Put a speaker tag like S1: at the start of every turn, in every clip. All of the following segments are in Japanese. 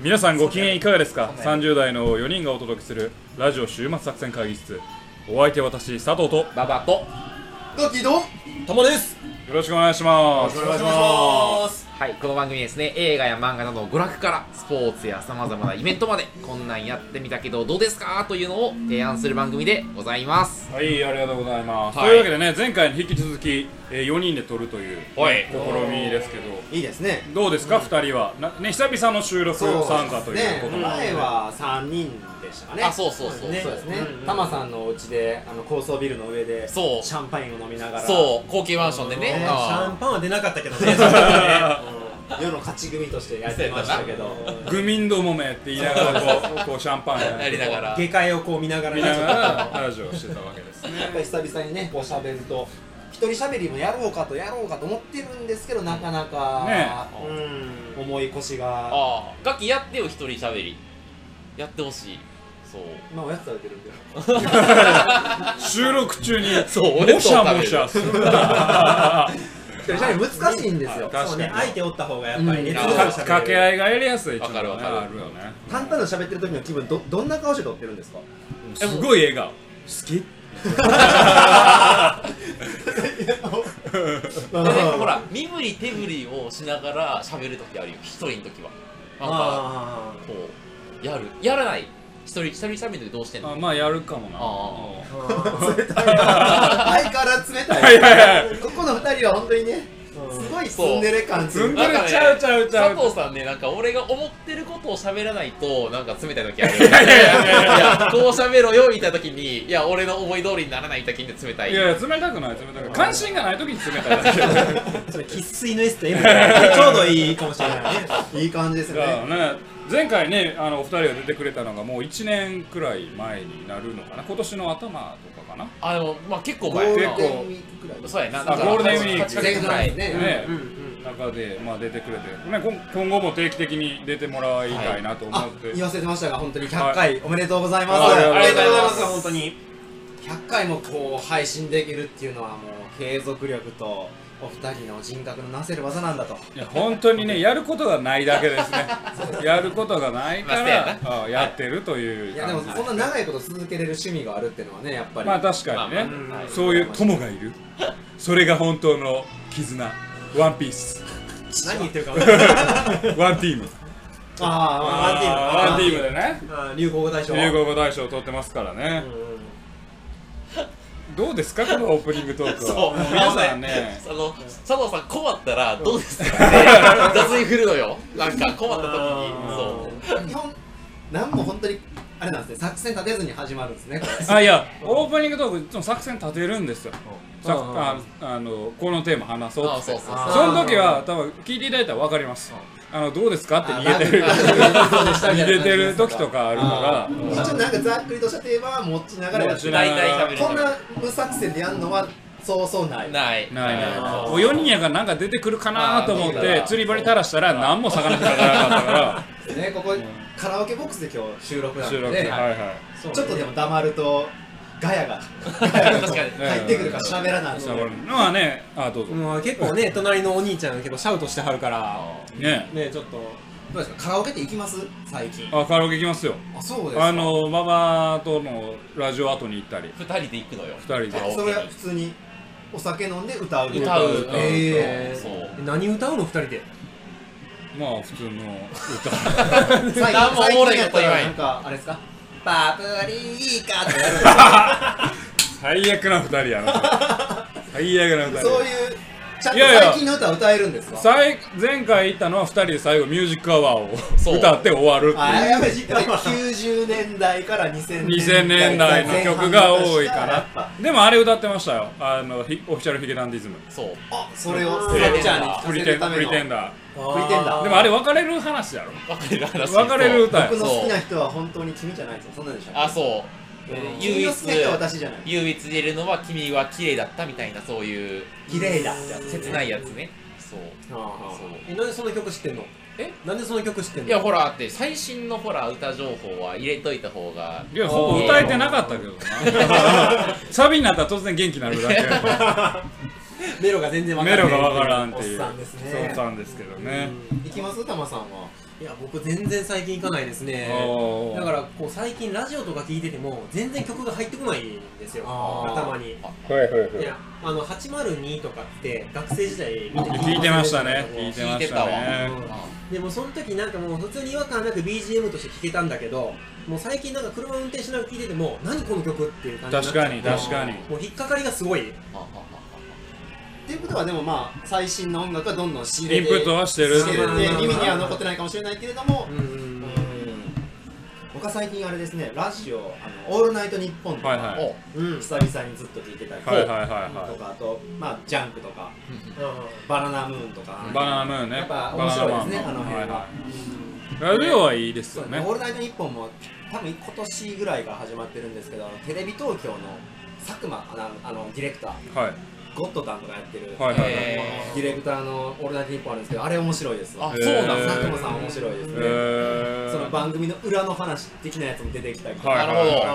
S1: 皆さんご機嫌いかがですか30代の4人がお届けするラジオ週末作戦会議室お相手は私佐藤とよ
S2: ババと
S3: ガキドン
S4: ともです
S1: ろしくお願いします
S3: お願いしま
S2: はいこの番組ですね映画や漫画などの娯楽からスポーツやさまざまなイベントまでこんなんやってみたけどどうですかというのを提案する番組でございます
S1: はいありがとうございます、
S2: はい
S1: というわけでね前回に引き続き、え4人で撮るという
S2: はい
S1: 試みですけど
S3: すいいですね
S1: どうですか、二2人はな、ね、久々の収録参加ということ
S3: ね
S1: なんで、
S3: 前は三人でしたかね
S2: あそうそうそう
S3: ね
S2: そ
S3: そううですねタマさんのお家であの高層ビルの上でシ
S2: そう
S3: ャンパインを飲みながら
S2: そう高級マンションで
S4: シ
S2: ね
S4: ャン
S2: あ
S4: パンは出なかったけど ね
S3: うん世の勝ち組としてやってましたけど
S1: 愚民どもめって言いながらこうこうシャンパン
S2: ーやりながら
S4: 下界をこう見ながら
S1: 見
S4: ね
S1: ながらラジオをしてたわけですね
S3: やっぱり久々にねこうしゃべると一人しゃべりもやろうかとやろうかと思ってるんですけどなかな
S1: ね
S3: か
S2: う
S3: うん重い腰が
S2: ああガキやってよ一人喋りやってほしいそう
S3: まあおやつ食べてるんで
S1: 収録中に
S2: そう
S1: もしゃもしゃするな
S3: 一人しゃべり難しいんですよ
S1: 確
S4: そう
S1: か
S4: ね
S1: に
S4: 相手おった方がやっぱり
S3: う
S4: ね
S3: ん
S4: つぶつぶ喋れる
S1: 掛け合いがやりやすいっていうの
S2: わ
S1: がね
S2: かるわか
S1: あ
S2: る
S1: るよね
S3: 簡単な喋ってる時の気分どどんな顔して撮ってるんですか
S1: すごい笑顔
S3: 好 き
S2: でねほら身振り手振りをしながら喋るときあるよ一人のときはなんか
S4: あ
S2: こうやるやらない一人一人喋るのどうしてんの
S1: あまあやるかもな
S2: あ
S4: ーあ
S3: 冷たい相変わらず冷た
S1: い
S3: い
S1: やい
S3: ここの二人は本当にねすごいツンデレ感
S1: ずんぐ
S2: な
S1: れ
S2: んかね
S1: ちゃうちゃうちゃう
S2: 佐藤さんね、なんか俺が思ってることを喋らないと、なんか冷たい時あるよ。い
S1: やいやいや
S2: やこう喋ろよ、みたいな時に、いや、俺の思い通りにならない時に冷たい。
S1: いやいや冷たくない冷たくない関心がない時に冷たいだけだか
S4: ーそれ生粋の S と M がちょうどいいかもしれないね
S3: いい感じですね
S1: らね前回ねあのお二人が出てくれたのがもう1年くらい前になるのかな今年の頭とかかな
S2: あ、でも、まあ結構
S3: ゴ
S2: 前
S3: ール
S2: や
S3: デ
S2: な
S3: ンウィークくらい
S2: そうやな、
S1: あゴールデンウィーク
S2: 8ぐらい。
S3: ね
S1: ね
S3: うん
S1: 中で、まあ、出てくれて、ね、今今後も定期的に出てもらいたいなと思
S3: あ
S1: って、
S3: 言わせてましたが本当に100回おめでとうございます
S1: はいありがとうございます
S4: ありが本当に
S3: 100回もこう配信できるっていうのはもう継続力とお二人の人格のなせる技なんだと
S1: いや本当にねやることがないだけですねやることがないか
S2: まあそうや
S1: ら、あやってるという
S3: いやでも
S1: 感じ
S3: こんな長いこと続けれる趣味があるっていうのはねやっぱり
S1: まあ確かにね、
S2: まあ
S3: まあうん
S1: そういう友がいるそれが本当の絆ワンピース
S4: 何言ってるか分かんない
S1: ワンティーム
S3: ああ
S1: ワン
S3: ワン
S1: テ
S3: テ
S1: ィ
S3: ィー
S1: ームでね
S4: あー流行語大賞
S1: 流行語大賞を取ってますからね、どうですかこのオープニングトークは
S2: そう、
S1: もう皆さんね
S2: あの、佐藤さん困ったら、どうですかって、雑に振るのよ。なんか困った時に、そう。
S3: ム基本何も本当にあれなんですね作戦立てずに始まるんですねこれ
S1: あいやオープニングトークいつも作戦立てるんですよさ
S4: うん
S1: ああのこのテーマ話そうっ
S2: あ
S1: つって
S2: そうそうそう
S3: あ
S1: その時は多分聞いていただいたら分かりますあのどうですかって逃げてる
S3: あラーメン
S1: 逃げてる時とかある
S3: あ
S1: か
S3: ー一応なんかざっくりとしたテーマは持ちながらやって
S1: 持ち
S3: る
S1: な
S2: 大体喋る。
S3: こんな無作戦でやるのはそうそうない
S2: ない。
S1: らないない
S2: そう
S1: もう4人やからなんか出てくるかなと思っ
S2: あーそう
S1: て
S2: だ
S1: 釣り針垂らしたら何も魚がかからなかった か
S3: ねここカラオケボックスで今日収録
S1: ら
S3: なん
S1: 収録
S3: で
S1: はい
S3: ね
S1: は
S3: ちょっとでも黙るとガヤが
S2: 確かに
S3: 入ってくるから喋らないい
S1: さあこれまあねあどうぞ
S4: もう結構ね隣のお兄ちゃん結構シャウトしてはるから
S1: ね
S4: ねちょっと
S3: どうですかカラオケって行きます最近
S1: あカラオケ行きますよ
S3: あそうですか
S1: あの馬場とのラジオ後に行ったり
S2: 二人で行くのよ。
S1: 二人で
S2: カラオケに
S3: それは普通にお酒飲んで歌う
S2: 歌う
S3: ええ
S2: そう
S4: 何歌うの二人で
S1: まあ普通の
S3: 最近
S2: 何もおもろいこと言わん
S3: 最近やったらなんかあれですかパプリカってやる
S1: 最悪な二人やな最悪な二人
S3: そういうちゃん
S1: い
S3: と
S1: やいや
S3: 最近の歌は歌えるんですか
S1: 最前回行ったのは2人で最後ミュージックアワー
S2: そ
S1: を
S2: う
S1: 歌って終わるって
S3: あ
S1: いう
S3: やっぱり90年代から2000年代
S1: 2000年代の曲が多いかなで
S3: 前半の歌し
S1: もあれ歌ってましたよあのヒオフィシャルヒゲダンディズム
S2: そう。
S3: あそれを
S2: えー
S3: スラブちゃんに
S1: プリ
S3: 聞
S1: テ
S3: かせるた
S1: ン
S3: め
S1: プ
S3: の
S1: リテンダ
S3: ープリテンダ
S1: ー
S3: ー
S1: でもあれ別れる話やろ
S2: 別れる話。
S1: 別れる歌や
S3: 僕の好きな人は本当に君じゃないですよそんなんでしょ
S2: あ、そう。
S3: うん
S2: 唯
S3: 君
S2: 一
S3: の好きな人は私じゃない
S2: 唯一出るのは君は綺麗だったみたいなそういう
S3: 綺麗だってやつ
S2: 切ないやつね。そう。
S4: あ
S2: そう
S4: ーえなんでその曲知ってんの
S2: え
S4: なんでその曲知ってんの
S2: いやほらって最新のほら歌情報は入れといた方が。
S1: いやほぼ歌えてなかったけどなサビになったら突然元気になるだけ
S4: メロが全然わか
S1: メ
S4: らな
S1: ロ
S4: い
S1: がわからんっていう
S3: おっさんですね
S1: そうなんですけどね
S3: 行きますたまさんは
S4: いや僕全然最近行かないですね
S1: おー
S4: だからこう最近ラジオとか聞いてても全然曲が入ってこないんですよ
S3: あー
S4: 頭にい
S1: はいはいはい
S4: やあの802とかって学生時代みんな
S1: 聞いてましたね聞い
S4: 聞
S1: てま
S2: 聞いて
S1: したた
S2: わ
S1: ね
S4: うんでもその時なんかもう普通に違和感なく BGM として聴けたんだけどもう最近なんか車運転しながら聴いてても何この曲っていう感じ
S1: 確かに
S4: なっちゃって
S1: 確かに
S4: もう引っかかりがすごい
S2: あああ
S3: っていうことはでもまあ最新の音楽はどんどん仕入
S1: イ
S3: れ
S1: ン
S3: て
S1: プットはしてるって
S3: 仕
S1: いう
S3: 入れて耳には残ってないかもしれないけれども、
S4: うん
S3: 僕は最近あれですねラジオあの「オールナイトニッポン」とか、
S1: はいは
S2: あああ
S1: い
S2: お
S4: うん
S3: 久々にずっと聞いてたりとか、
S1: はいはいはいは
S3: とかあと、まあ、ジャンクとか
S4: う
S3: バナナムーンとか
S1: いバナナムーンね
S3: やっぱ
S1: バ
S3: 面
S1: ナナ
S3: 白い
S1: マ
S3: で
S1: ン
S3: すねあの
S1: は
S3: 辺
S1: い
S3: が、
S1: はラジオはいいです
S3: そう
S1: よ
S3: ですね
S1: ね
S3: オールナイトニッポン」も多分今年ぐらいが始まってるんですけどあのテレビ東京の佐久間アナあのディレクター
S1: はい
S3: ゴッドタンとかやってる、
S1: はいはいはい
S2: え
S3: ディレクターの「オールナイトニッポン」あるんですけどあれ面白いですわ
S2: あそうなん
S1: へー
S3: 佐久間さん面白いですね、
S1: えー
S3: その番組の裏の話的なやつも出てきたりとか、
S1: はい
S2: なるほど
S1: はいはいは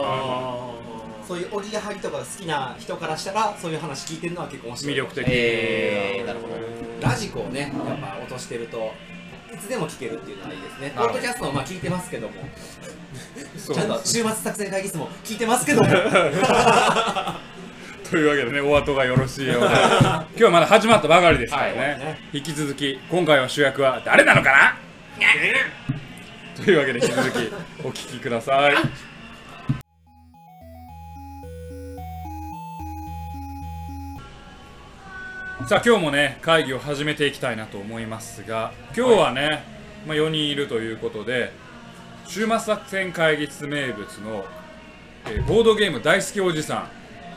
S4: ん
S3: そういうおぎやはぎとかが好きな人からしたらそういう話聞いてるのは結構面
S1: い
S3: 白い
S1: 魅力的
S2: えーなるほど
S3: ラジコをねやっぱ落としてるといつでも聞けるっていうのはいいですね
S2: なる
S3: ポ
S2: ほど
S3: ッドキャストもまあ聞いてますけども
S1: そ
S3: ちゃん
S1: う
S3: と週末作戦会議室も聞いてますけども
S1: というわけでねお後がよろしいよう で今日はまだ始まったばかりですからね,、
S3: はいね
S1: 引き続き今回は主役は誰なのかなというわけで引き続きお聞きくださいさあ今日もね会議を始めていきたいなと思いますが今日はね、まあ、4人いるということで週末作戦会議室名物の、えーボードゲーム大好きおじさ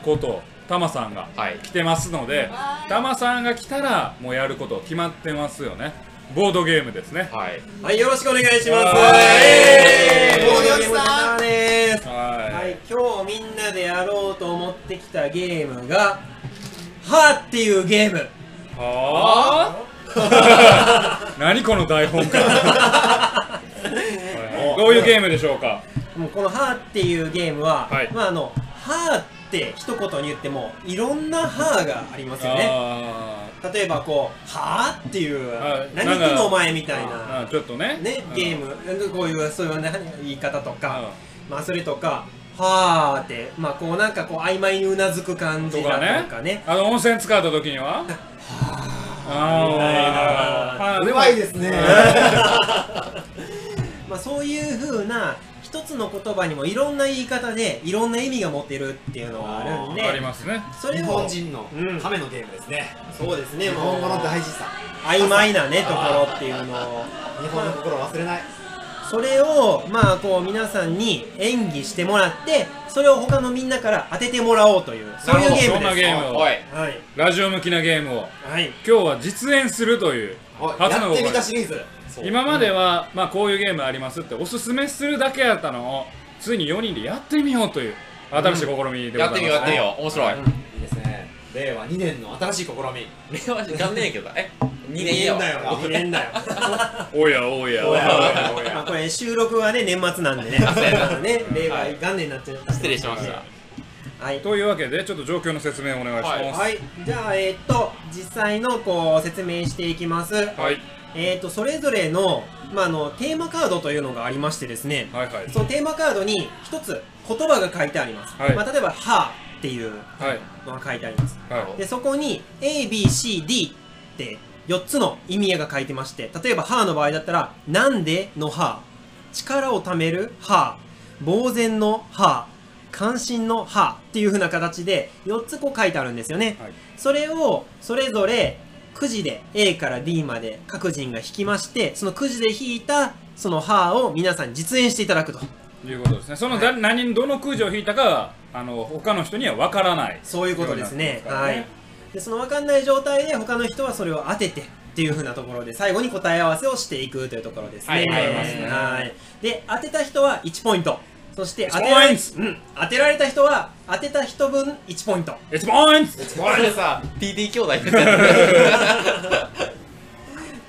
S1: んことタマさんが
S2: はい
S1: 来てますのでタマさんが来たらもうやること決まってますよねボードゲームですね
S2: はい
S4: はいよろしくお願いします
S1: はい
S4: ボードゲームさんです
S1: は
S4: はいい、今日みんなでやろうと思ってきたゲームが「は」っていうゲーム
S1: はあ何この台本 かはいどういうゲームでしょうか
S4: もうこの「は」っていうゲームは、
S1: はい
S4: まああの「は」って一言に言ってもいろんな「は」がありますよね
S1: あ
S4: 例えばこう「は」っていう
S1: はい
S4: 「何言ってんのお前」みたい
S1: ー
S4: な、
S1: あーちょっとね
S4: ね、
S1: うん
S4: ゲームこういうそういう、ね、言い方とか、
S1: う
S4: まあそれとか「は」ってまあこうなんかこう曖昧にうなずく感じだと
S1: と
S4: か
S1: か
S4: ね
S1: んあの温泉使った時にはあーあー
S3: うまいですね
S4: まあ、そういうふうな一つの言葉にもいろんな言い方でいろんな意味が持てるっていうのがあるんで
S1: ありますね
S4: そ
S3: 日
S4: れ
S3: 本
S4: を
S3: 人の
S4: うん
S3: ためのゲームですね、
S4: そうですね
S3: 日本語の大
S4: も
S3: 事さ
S4: う曖昧なねところっていうのを
S3: 日本の心を忘れない
S4: それをまあこう皆さんに演技してもらってそれを他のみんなから当ててもらおうというそういうゲー
S1: そんな
S4: ム
S1: ゲ
S4: で
S1: ームを
S2: はい
S4: すはい
S1: ラジオ向きなゲームを
S4: はい
S1: 今日は実演するという
S3: おい
S1: 初
S3: や
S1: の
S3: って
S1: 試
S3: みたシリーズ
S1: 今までは、まあ、こういうゲームありますっておすすめするだけやったのをついに4人でやってみようという新しい試みでございます、
S2: やってみようやってみよう面白い
S3: いいですね令和2年の新しい試み
S2: 令和じゃんねえけどえ二
S4: 2
S2: 年やわ
S4: だよな2年だよ
S1: おやおや
S3: おやおやお
S4: まあ
S3: や
S4: これ収録はね年末なんでねね令和元年になっちゃいました
S2: 失礼しました
S4: はい
S1: というわけでちょっと状況の説明をお願いします
S4: はい、じゃあ、えーっと、実際のこう説明していきます。
S1: はい
S4: えーっと、それぞれの、まあ、あの、テーマカードというのがありましてですね。
S1: はいはい
S4: そのテーマカードに一つ言葉が書いてあります。
S1: はい
S4: まあ、例えば、はっていう
S1: はい
S4: のが書いてあります。
S1: は
S4: で、そこに、A, B, C, D って4つの意味が書いてまして、例えば、はの場合だったら、なんでのは、力をためるは、呆然のは、関心のはっていう風な形で4つこう書いてあるんですよね。
S1: はい
S4: それをそれぞれくじで A から D まで各人が引きまして、そのくじで引いたそのはを皆さんに実演していただくと。
S1: いいうことですねそのだ、何どのくじを引いたかはあの他の人には分からない
S4: そういうことですね。
S1: ようにな
S4: は
S1: って
S4: い
S1: ます。
S4: で、その分かんない状態で他の人はそれを当ててっていう風なところで最後に答え合わせをしていくというところですね。
S2: はいはい
S4: はいで、当てた人は1ポイント。そして当
S1: 1
S4: てられ、
S1: ポイン
S4: うん、当てられた人は当てた人分1ポイント。
S1: It's points!
S2: これさ TD 兄弟みたいな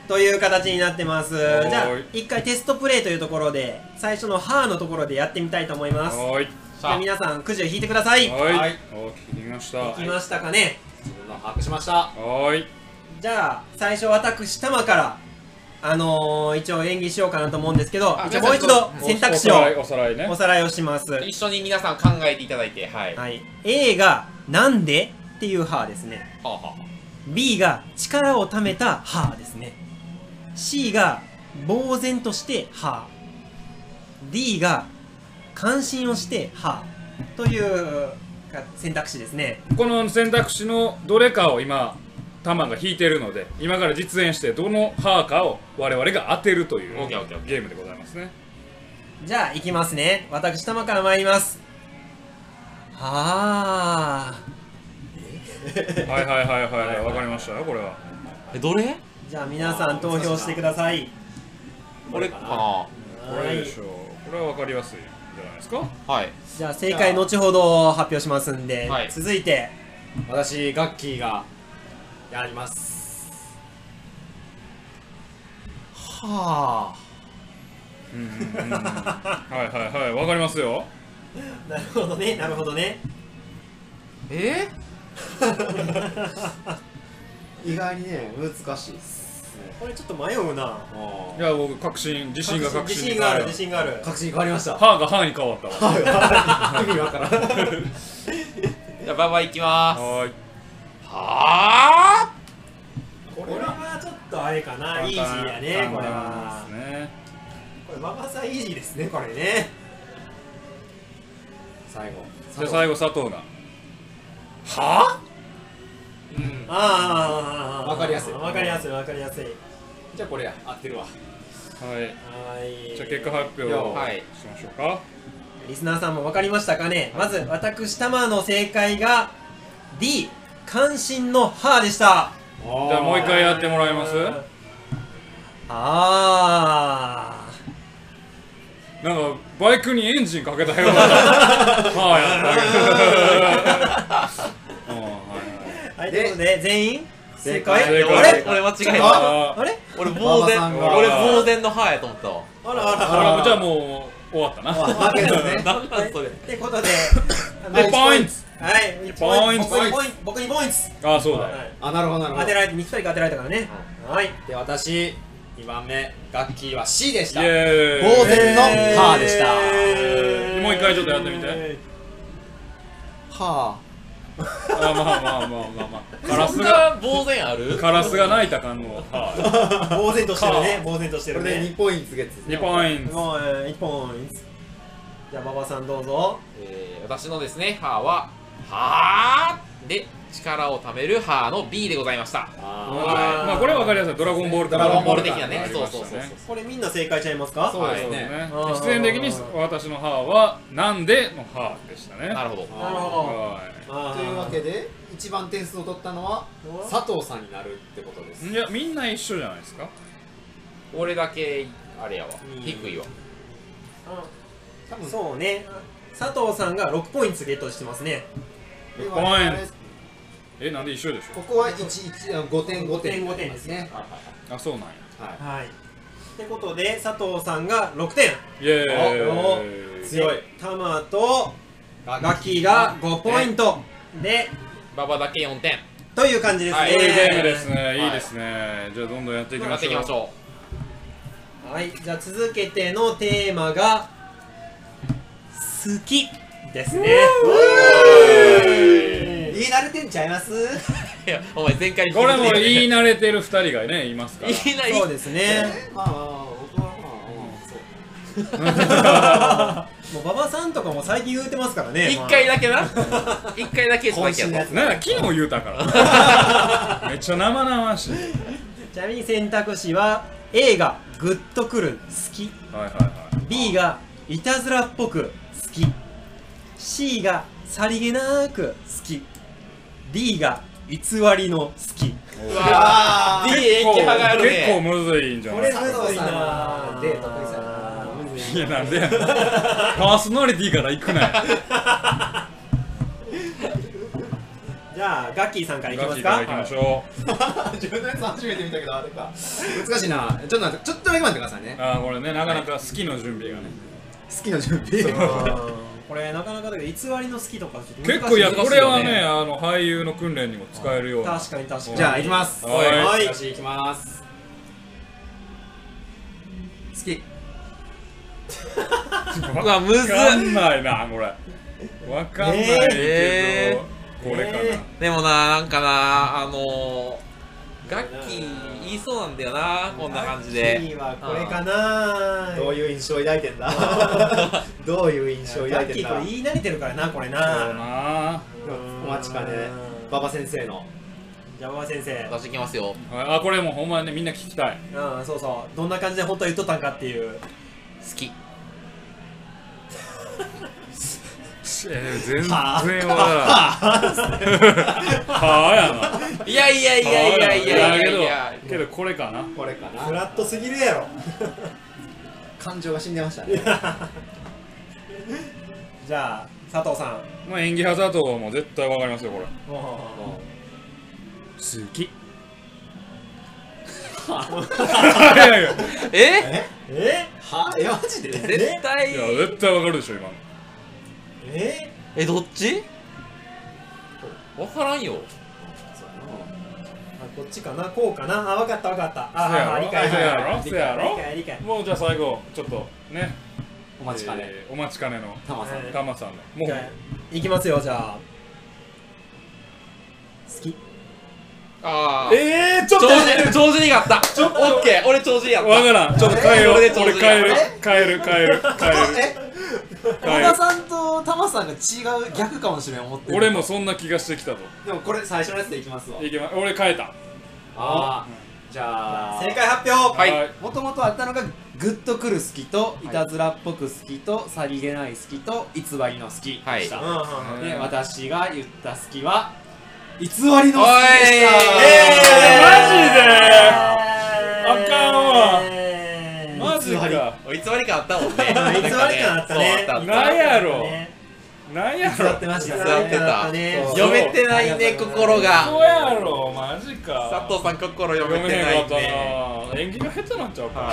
S4: という形になってます。じ
S1: ーい
S4: ゃあ、一回テストプレイというところで、最初のハーのところでやってみたいと思います。
S1: はーい
S4: じゃあ皆さん、くじを引いてください。い
S1: は
S3: はいい
S1: お聞きましたは
S4: きましたかね。
S3: 自分の把握しました
S1: ーい
S4: じゃあ、最初私、玉からあのー一応演技しようかなと思うんですけど
S2: あ
S4: 一応もう一度選択肢を
S1: おさらいおさらいね
S4: おさらいをします、
S2: 一緒に皆さん考えていただいてはい、は
S4: はい、A が「なんで?」っていう「は」ですね
S2: あは
S4: B が力をためた「は」ですね C が呆然として「は」D が関心をして「は」というか選択肢ですね
S1: この選択肢のどれかを今玉が引いてるので今から実演してどの歯かを我々が当てるという
S2: オッケーオッケーオッケ
S1: ゲームでございますね
S4: じゃあいきますね私玉から参りますはあ
S1: はいはいはいはいはいわかりましたよこれは
S2: あどれ
S4: じゃあ皆さん投票してください
S2: 俺かな
S1: これでしょうこれはわかりやすいんじゃないですか
S2: はい
S4: じゃあ正解後ほど発表しますんで、
S2: はい
S4: 続いて
S3: 私ガッキーがやります
S2: はあ
S1: うんうんうんはいはいはいわかりますよ
S4: なるほどねなるほどね
S2: え
S3: 意外にね難しいっすね
S4: これちょっと迷うな
S3: も
S1: いや僕確信自信が確信に変
S4: 自信が
S1: わ
S4: あ
S1: る
S4: る自信がある
S3: う確信変わりました
S1: 歯が歯に変わったわ
S3: 意味わからん
S2: じゃあバイバイ行きますは
S1: はーい
S2: あ
S4: これはちょっとあれかなイージーやねこれは
S1: 簡単ですね
S4: これママさんイージーですねこれね
S3: 最後
S1: じゃあ最後佐藤がはあ
S3: うん
S4: ああ
S3: わかりやすい
S4: わかりやすいわかりやすい
S3: じゃあこれや合ってるわ
S1: はい
S4: はい
S1: じゃあ結果発表を
S2: はい
S1: しましょうか
S4: リスナーさんもわかりましたかねまず私玉の正解が D 関心の歯でした
S1: じゃあもう一回やってもらえます
S4: あー
S1: なんかバイクにエンジンかけたようなはあやったけどうんはいはい
S4: はい、と
S3: で
S4: いうことで、全員正
S3: 正
S4: 解
S3: 解
S1: 正解
S4: あ
S2: あれ
S4: れ
S2: 俺間違えた
S1: あ
S4: あれ
S2: 俺呆
S3: 馬場さん
S2: 然
S3: が
S2: 俺呆然のはやと思ったわ
S4: あらあら
S1: あらじゃあもう終わったな
S3: 負けですね
S2: 何なんそれ
S4: ってことで、
S1: でポイント
S4: はい、
S1: ポイント
S4: 僕にポイント僕にポイント
S1: あそうだよ
S4: はい
S3: あなるほどなるほど
S4: 当てられて、肉体が当てられたからね。はい。
S3: で私2番目ガッキーは C でし
S1: イ
S3: た
S1: エ
S3: 当
S1: ーイ
S3: 然のパーでした
S4: えー
S1: もう一回ちょっとやってみて。
S3: は
S1: あまあまあまあまあまあカラス
S2: そん
S1: が
S2: な呆然ある
S1: カラスが泣いた感のは
S4: 呆然としてるね、呆然とし
S3: あ
S4: て
S3: こ
S4: る
S3: れで
S4: ね。
S3: 2ポイントゲッツです
S1: 2
S3: ね
S1: ポイント
S4: もう、1ポイント。じゃあ、馬場さんどうぞ。
S2: えー私のですね「は」は「はー」で力をためる「は」の B でございました
S3: あ
S1: まあこれは分かりやすいドラゴンボール
S3: ド
S2: ドラゴンボール
S3: 的
S2: 的なね
S1: あり
S2: そう
S1: ました
S2: そうそうそう
S4: これみんな正解ちゃいますか
S3: そうです
S1: そうです
S3: ね
S1: ね
S4: はい
S1: 必然的に私の歯はなんでの歯でしたね
S2: なるほど
S4: なるほ
S1: は
S4: ど。あ
S3: と
S4: ー
S3: いうわけで一番点数を取ったのは佐藤さんになるってことです
S1: いいやみんな一緒じゃないですか
S2: 俺だけあれやわ
S4: うん
S2: 低いわ
S3: 多分
S4: そうね。佐藤さんが6ポイントゲットしてますね。
S3: で
S1: ごめん
S3: 我々
S1: えなんで一緒でし
S3: ここは115点5点
S4: 5点ですね
S1: ょあそうなんや
S3: はい
S4: はい。ってことで、佐藤さんが6点。
S1: イエ
S4: おお
S1: ーイ
S3: 強い
S4: でタマと
S3: ガ
S4: ガキが5ポイントで
S2: 馬場だけ4点
S4: という感じですね。
S2: はい
S1: こういうゲームです
S2: い
S1: ねいいですねじゃあどんどんやっていき
S2: や
S1: ま
S2: って
S1: し
S2: いき
S1: ょ
S2: ま
S1: う
S2: しょ
S4: はい、じゃあ続けてのテーマが好きですね。
S3: 言い慣れてんちゃいます
S2: ういやお前前回
S1: これも
S2: い
S1: 言い慣れてる2人がねいますから
S2: いない
S4: そうですね。
S3: まあまあ僕はまあそう
S4: もう馬場さんとかも最近言うてますからね。
S2: 一回だけな一回だけ
S3: 渾身のやつ
S1: なんか昨日言うた からめっちゃ生々しい
S4: まあちなみに選択肢は A がグッとくる好き、
S1: はいはいは
S4: B がいたずらっぽく好き、C がさりげなく好き、D が偽りの好き。
S2: うわ
S3: あ
S2: ー
S3: ー
S2: D 延期派がある
S1: 結構
S2: ね
S1: むずいんじゃない
S4: これ
S1: か
S3: 佐藤さんはデート得意
S1: い やなんでやねんパーソナリティから行くなよ
S4: じゃあガッキーさんからいきま
S1: ガチ
S4: す
S1: い
S4: か
S1: ただきましょ
S3: 自分のやつ初めて見たけどあれか難しいなちょっと待ってちょっとだけ待ってくださいね
S1: うあーこれねなかなか好きの準備がね
S3: 好きな準備
S4: うんこれなかなかだけど偽りの好きとかちょっと難し
S1: 結構いや
S2: 難しいよね
S1: これはねあの俳優の訓練にも使えるような
S4: 確かに確かに
S3: じゃあ行きます
S1: はい
S3: 私行きます好き
S2: うわむずっ
S1: わかんないなこれわかんないけど、
S2: え
S1: これかな、
S3: えー
S2: でもななんかなあのー、ガッキー言いそうなんだよなこんな感じで
S4: 次はこれかな
S3: どういう印象を抱いてん だどういう印象を
S4: ラ
S3: 抱い
S4: ッ
S3: て
S4: キ
S3: んだ
S4: ーこれ言い慣れてるからなこれ
S1: そう
S4: な
S1: なあ
S3: お待ちかね馬場先生の
S4: じゃあ馬場先生
S2: 出してきますよ
S1: あこれもうほんまねみんな聞きたい
S4: うんそうそうどんな感じで本当は言っとったんかっていう
S2: 好き
S1: えー、全然
S4: は
S1: わからんはあ
S2: いやいやい
S1: やな
S2: やいやいやいや
S1: だ
S2: いや
S1: けどけどこれかな
S3: これかな
S4: フラットすぎるやろ
S3: 感情が死んでましたね
S4: じゃあ佐藤さん
S1: まあ演技派だともう絶対わかりますよこれ
S4: も
S1: 好きいやいや
S2: え
S4: うえ
S3: はいやマジで
S2: 絶対
S1: いや絶対わかるでしょ今の
S4: え
S2: えどっちわからんよ
S4: あこっちかなこうかなあ分かった分かった
S1: そや
S4: ああ
S1: ろ
S4: 理解
S1: そやろ
S4: 理
S1: そやろ
S4: 解理解理解
S1: もうじゃあ最後ちょっとね
S3: お待ちかね
S1: えーお待ちかねの
S3: タマさん
S1: タマさんのも
S4: じ
S1: う
S4: ゃあいきますよじゃあ好き
S2: ああ
S1: えー、ちょっ
S2: 長
S1: と
S2: 寿長寿にがあった
S1: ちょっと
S2: オッケー俺長寿にやっ
S1: わか
S2: た
S1: らんちょっと変えよう
S2: えー
S1: 俺変える変える変える変える変える
S3: さんとタマさんが違う逆かもしれん思って
S1: 俺もそんな気がしてきたと
S3: でもこれ最初のやつでいきますわ
S1: いけま俺変えた
S3: ああじゃあ
S4: 正解発表
S2: はい
S3: もともとあったのがグッとくる好きといたずらっぽく好きとさりげない好きと偽りの好きでした、
S4: うんうんうん
S1: い
S3: で
S1: うん
S3: 私が言った好きは偽りの好きでした
S2: おい
S1: えマジであかんわ
S4: えー
S1: マジ
S3: 偽り
S1: か
S2: 偽り感あったもんね
S4: 偽り感あったね
S2: そうあったあ
S1: な
S2: っ
S1: んやろ
S4: ね
S1: なんや
S3: 偽
S1: ろ
S3: ってました
S2: 偽ってた
S4: あね
S1: そう
S2: た読めてないね心
S1: そ
S2: が
S1: うやろマジか
S2: 佐藤さん心読
S1: 読
S2: め
S1: め
S2: て
S1: へん
S2: な
S1: かっ
S2: い
S1: た
S2: ね
S1: な演技が下手なんちゃうか、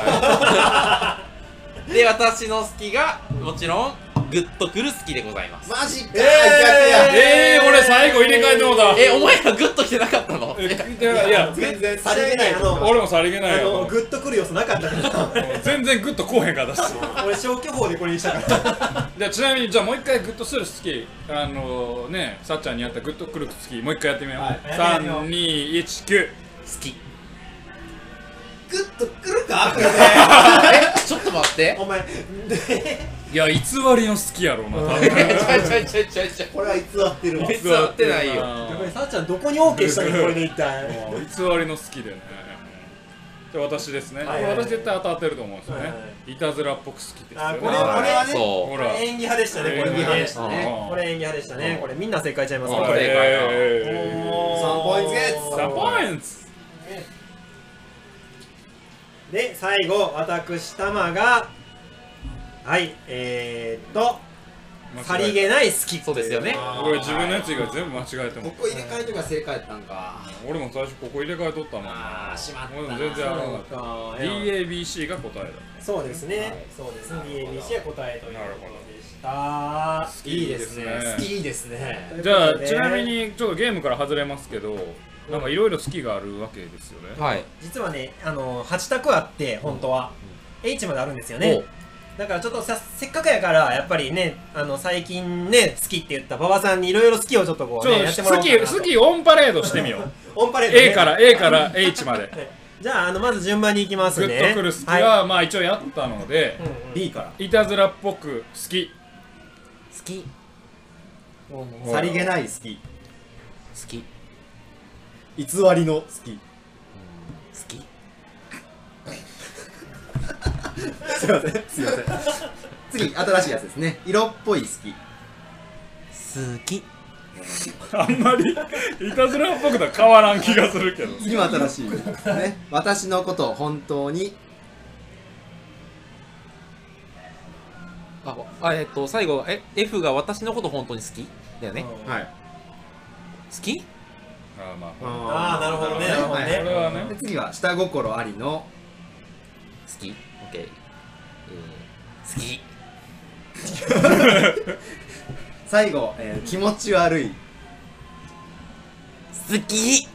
S2: で私の好きがもちろんグッとくる好きでございます
S3: マジか、
S1: えー、俺最後入れ替えてもうた
S2: えお前らグッときてなかったの
S1: え
S2: え
S1: いやいや
S3: 全然
S4: さりげないあの
S1: 俺もさりげない
S4: あの
S1: よ
S4: グッとくる要素なかったか
S1: 全然グッとこうへんからだし
S4: ら俺消去法でこれにしたから
S1: じゃあちなみにじゃあもう一回グッとする好きあのねさっちゃんにやったグッとくる好きもう一回やってみよう、
S3: はい
S1: 三二321
S2: 好き
S3: グッとくるか
S2: えちょっと待って
S4: お前
S1: 9いや偽りの好きやろうな多
S2: え
S1: 分
S2: ちょいちょいちょいちょいちょい
S3: これは偽ってるわ
S2: 偽ってないよ
S4: これさっちゃんどこに OK したのこれで一体
S1: もう偽りの好きでねじゃあ私ですね、
S4: はいはい
S1: これ私絶対当たってると思うんですよね、
S4: はい
S1: い
S4: はい
S1: たずらっぽく好きですよね
S4: あこれ
S1: は
S4: これはね
S2: そ
S1: ほら
S4: 演技派でしたねこれ
S1: 演技
S3: 派でした
S2: ね
S4: これ演技派でしたね
S1: うん
S4: これみんな正解ちゃいます
S2: こ
S4: か
S2: れ
S4: ね
S1: え
S3: 3ポイントゲッ
S1: ー、
S3: ツ
S1: サポインツ
S4: で最後私たまがはいえーっとさりげない好き
S2: うそうですよね
S3: あ
S1: これ自分のやつ以外全部間違えても
S3: ここ入れ替えとか正解やったんか
S1: 俺も最初ここ入れ替えとったもんな
S3: あーしまったな
S1: 俺も全然あかんかっ
S4: そ
S1: た
S4: うか
S1: DABC が答え
S4: そうです
S3: はい
S4: ねそうですね
S3: なるほど
S4: DABC は答えということでした
S1: だ
S3: いいですね
S1: 好
S3: 好
S1: き
S3: きいいですね
S1: じゃあちなみにちょっとゲームから外れますけどなんかいろいろ好きがあるわけですよね
S2: はい
S4: 実はねあの8択あって本当は H まであるんですよ
S2: お
S4: ねだからちょっとさせっかくやからやっぱりねあの最近ね好きって言った馬場さんにいろいろ好きをちょっとこう
S1: ちょ
S4: ねや
S1: っ
S4: って
S1: と
S4: もらお
S1: 好
S4: うか
S1: き
S4: なと
S1: 好きオンパレードしてみよう
S4: オンパレードね
S1: A から A から H まで
S4: じゃああのまず順番にいきます
S1: グ
S4: ね
S1: ッとくる好き
S4: は
S1: はまあ一応やったので
S4: いうんうん B から
S1: いたずらっぽく好き
S2: 好き好
S3: さりげない好き
S2: き好
S3: 偽りの好き
S2: き
S3: すいませんすいません次新しいやつですね色っぽい好き
S2: 好き
S1: あんまりいたずらっぽくとは変わらん気がするけど
S3: 次は新しいですね私のことを本当に
S2: ああえっと最後え F が私のこと本当に好きだよね好
S3: はい
S2: き
S1: あーまあ
S4: あーなるほどね
S3: なるほど
S1: これ
S3: ね
S1: はね
S3: で次は下心ありの
S2: 好き OK、えー、好き
S3: 最後、えー気持ち悪い
S2: 好き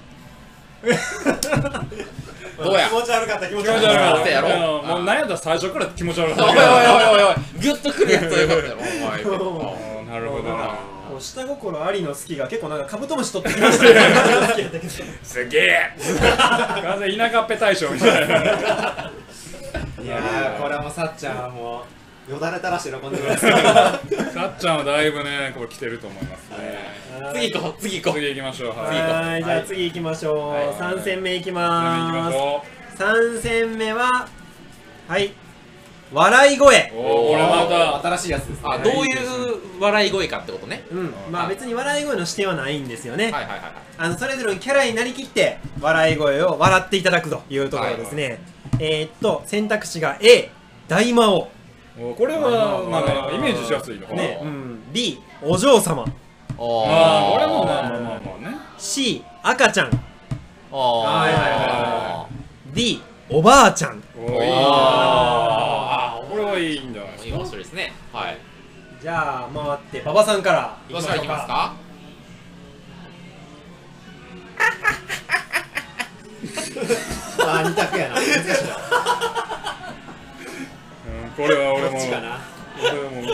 S2: どうや
S3: 気持ち悪かった気持ち
S1: 気持
S3: 悪
S1: ち
S3: かっ
S1: 悪か
S2: そう
S3: た
S1: った
S2: やろ
S1: うんもう何やったら最初から気持ち悪
S2: おい
S1: か
S2: お
S1: っ
S2: いおいおいおいグッとくるやつはよかったよお前
S1: たうんなるほどな
S4: こう下心ありの好きが結構なんかカブトムシ取ってきましたよ
S1: すげえ完全に田舎っぺ大将みたいない
S3: やーこれはもうさっちゃんはもうよだれ垂らして喜んでく ださい
S1: さっちゃんはだいぶねこれ来てると思いますね
S2: 次行こう次行こう
S1: 次行きましょうはい
S4: はいじゃあ次行きましょう、
S2: はい
S4: 三3戦目行き
S1: 行き
S4: ま
S1: ますしょ
S4: 3戦目ははい笑い声
S1: うおおこれま
S3: 新しいやつですね
S2: あどういう笑い声かってことね
S4: うんまあ別に笑い声の視点はないんですよね、
S2: はいはいはいはい
S4: あのそれぞれのキャラになりきって笑い声を笑っていただくというところですね、えー、っと選択肢が A 大魔王、
S1: たおこれはまあなんかイメージしやすいのかな
S4: ねうん B お嬢様
S2: お
S1: ああこれもまあまあ
S2: な
S1: まあまあね
S4: C 赤ちゃん
S2: あ
S3: はいはい
S1: は
S4: D おばあちゃん
S1: おーいいな
S2: あ
S1: これはいいんじゃないです
S2: いい
S1: か
S2: 場所ですねはい
S4: じゃあ回って馬場さんから
S2: どうしたら行きますか
S3: あー二択や な
S1: うんこれは俺
S3: ど
S1: も
S3: っちかな
S1: 俺も
S4: も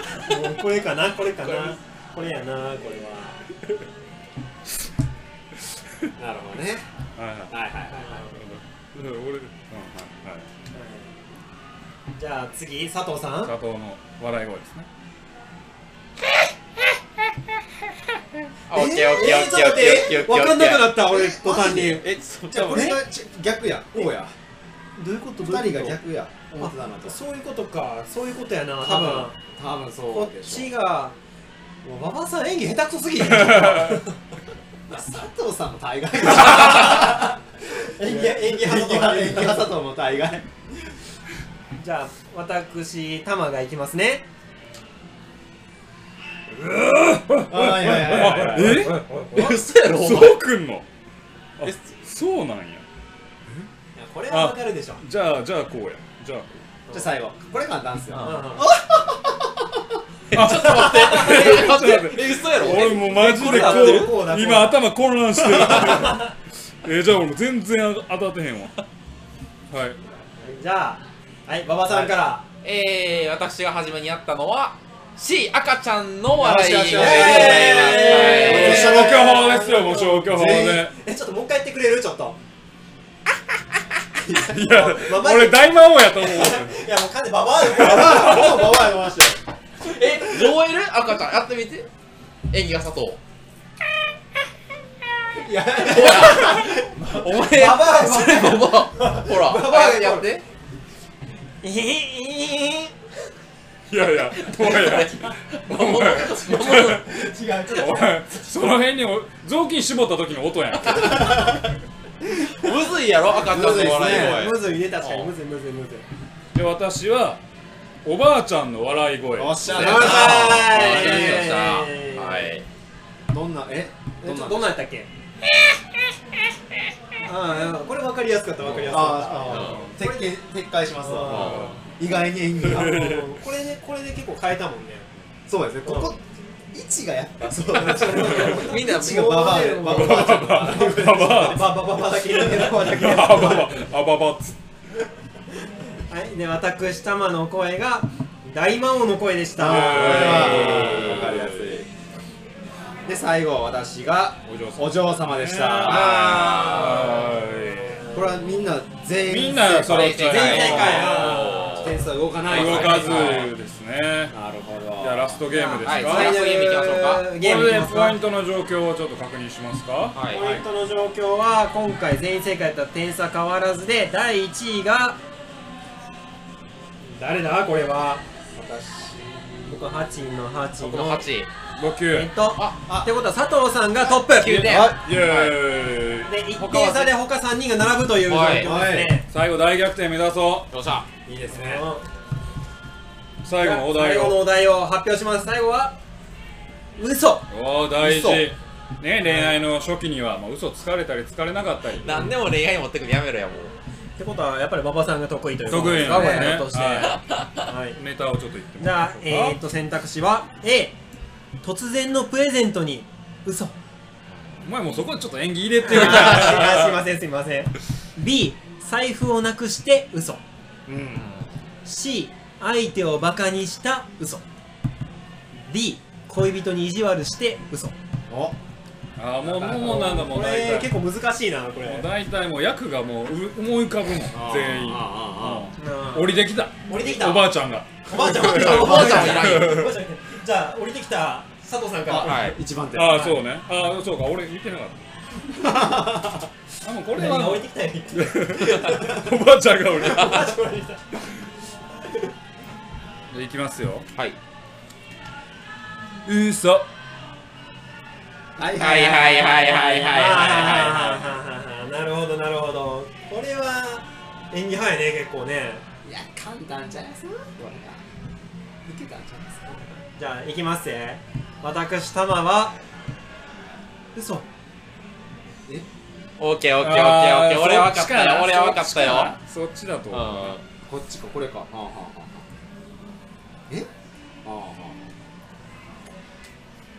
S4: うこれかなこれかなこれやなこれは
S3: なるほどね
S1: はいはい
S3: はいはいはい
S1: 俺うんはいはい
S4: じゃあ次佐藤さん
S1: 佐藤の笑い声ですね
S2: オッケーオッケーオッケーオッケーオッケーオッケーオッケー
S4: わかんなくなった俺途端に
S2: えちょっ
S3: じゃあ
S2: と
S3: これがち逆やこうや
S4: どういうこと
S3: 二人が逆や思ってたのと
S4: そういうことかそういうことやな
S3: 多
S4: 多分
S3: 分多分そ
S4: こ
S3: う
S4: っ
S3: でしょ
S4: ちがもう馬場さん演技下手くそす ぎる
S3: 佐藤さんも大概 演技演技
S4: 演技派
S3: 派演技派佐藤も大概
S4: じゃあ私タマがいきますね
S3: はいはいはいはい
S1: え
S2: 嘘やろお前
S1: そうくんのあそうなんや
S4: これ
S1: はわか
S4: るでしょ
S1: じゃあじゃあこうやじゃあこう
S3: じゃあ最後これ簡単っすよ
S2: あ
S1: あ
S2: ちょっと待って待ってえ嘘やろ
S1: 俺もうマジで
S3: これ合ってるこ
S1: こ
S3: うだこ
S1: う
S3: うだ
S1: 今頭混乱してるえじゃあ俺も全然当たってへんわはい
S4: じゃあはい馬場さんから、
S2: えー、私が初めにやったのは C 赤ちゃんの笑い声でございます
S3: よしよしよし
S2: はい
S3: えー
S1: 消去法ですよもう消去法で
S3: 全
S4: えちょっともう一回やってくれるちょっと
S1: いや
S4: まあまあ
S1: 俺大魔王やと思う
S4: いやもう完全ババアよ
S3: ババアもうババアの話だよ
S2: えどうえる赤ちゃんやってみて演技が佐藤
S3: いや
S2: ほらお前
S3: ババア
S2: それババアほら
S3: ババアが
S2: やって
S4: ええ
S1: いやいやお前や
S2: 魔物魔物
S3: 違うちょっ
S1: お前その辺にお雑巾絞った時の音やん
S2: むずいやろ赤ちゃんの笑い声、
S4: むずいね確かにむずいむずいむずい
S1: で私はおばあちゃんの笑い声
S3: とおっしゃ
S2: 乾
S3: る
S2: 杯
S4: 乾
S2: した
S4: 杯
S2: はい
S3: どんなえ
S4: え
S3: どん
S4: ちょ
S3: な
S4: っとどんなんやったっけああこれ分かりやすかった分かりやすか
S3: あ
S2: うん
S3: ーあー撤回撤回しますわ
S2: あ
S3: 意外に演技
S4: った
S3: 派
S4: うんこれねこれで結構変えたもんね
S3: そうですねここ位置がやっぱそうだね
S2: みんな
S3: 位置がババアでババアちゃんの笑い声
S1: ババ
S3: ババババだけだけババだけ
S1: アババアババっつ
S4: はいで私たまの声が大魔王の声でし
S3: あーこれは
S4: た
S3: わかりやすいで最後私が
S1: お嬢さん
S3: お嬢様でした
S1: は
S3: これはみんな全
S1: ーい
S3: 員
S1: みんなそれ
S2: 全正解
S4: 全員正解
S3: あー点数は動かない
S1: 動かずですね
S3: なるほど
S1: じゃあラストゲームですか、
S2: はい
S1: こ
S2: 最後ゲームいきましょうか
S4: ゲームいき
S1: れ
S4: ま
S1: ですポイン
S4: か
S1: トの状況をちょっと確認しますか
S2: はい
S4: ポイントの状況は今回全員正解だった点差変わらずで第1位が誰だこれは
S3: 私
S4: 僕は8の8
S2: 僕の
S4: の
S2: 8
S1: 5球
S4: えっと
S2: あ
S4: あってことは佐藤さんがトップ
S2: 9
S4: で
S2: 点
S3: は
S1: イエーイ
S4: 1点差で他3人が並ぶという状況ですね
S1: 最後大逆転目指そ
S2: よっしゃ
S3: いいです
S4: うん
S3: ね
S1: う最後のお題
S4: 最後の
S1: を
S4: お題を発表します最後は嘘
S1: おー大事
S2: 嘘
S1: ね恋愛の初期にはもう嘘つかれたり疲れなかったり
S2: 何でも恋愛に持ってくのやめろやもう
S4: ってことはやっぱり馬場さんが得意ということ
S1: 得意
S4: です
S1: な
S4: か
S1: んで
S4: こ
S1: ね
S4: れひょっとして
S1: は
S4: はい
S1: いネタをちょっと言っても
S4: じ
S1: らい
S4: ゃ
S1: ま
S4: あ
S1: しょうか
S4: えーっと選択肢は A 突然のプレゼントに嘘
S1: お前もうそこでちょっと演技入れて
S4: あ
S1: よ
S4: ーすいませんすいません B 財布をなくして嘘
S3: うん
S4: C 相手をバカにした嘘 D 恋人に意地悪して嘘
S3: お
S1: あーもうもうもうなんだもう大体
S4: 構難しいなこ
S1: もう大体もう役がもうう思い浮かぶもん全員
S3: ああ
S1: うん降りてきた
S4: 降りてき
S1: おばあちゃんが
S4: おばあちゃん
S2: おばあちゃんもいないよ
S4: おばあちゃんじゃあ降りてきた佐藤さんか
S3: ああ
S4: ら
S2: はい
S3: 一番手
S1: ああそうねああそうか俺見てなかったあもうこれ
S4: 何が
S1: は
S4: 降りてきたよ言って
S1: おばあちゃんが降りてき
S4: おばあちゃん降りてきた
S1: たいきますよ
S2: はい。
S1: 嘘
S3: は
S2: は
S3: い
S2: いはいはいはいはいは
S4: はいなるほどなるほどこれは演技派やね結構ね
S3: いや簡単じゃないですかこれがいけたんじゃないですか
S4: じゃあ行きますぜ私玉は嘘
S2: オッケーオッケーオッケーオッケー。俺は分かったよ。俺は分かったよ。
S1: そっちだと
S2: う。
S1: 思うなん
S3: こっちかこれかはあはあはあえはあはあ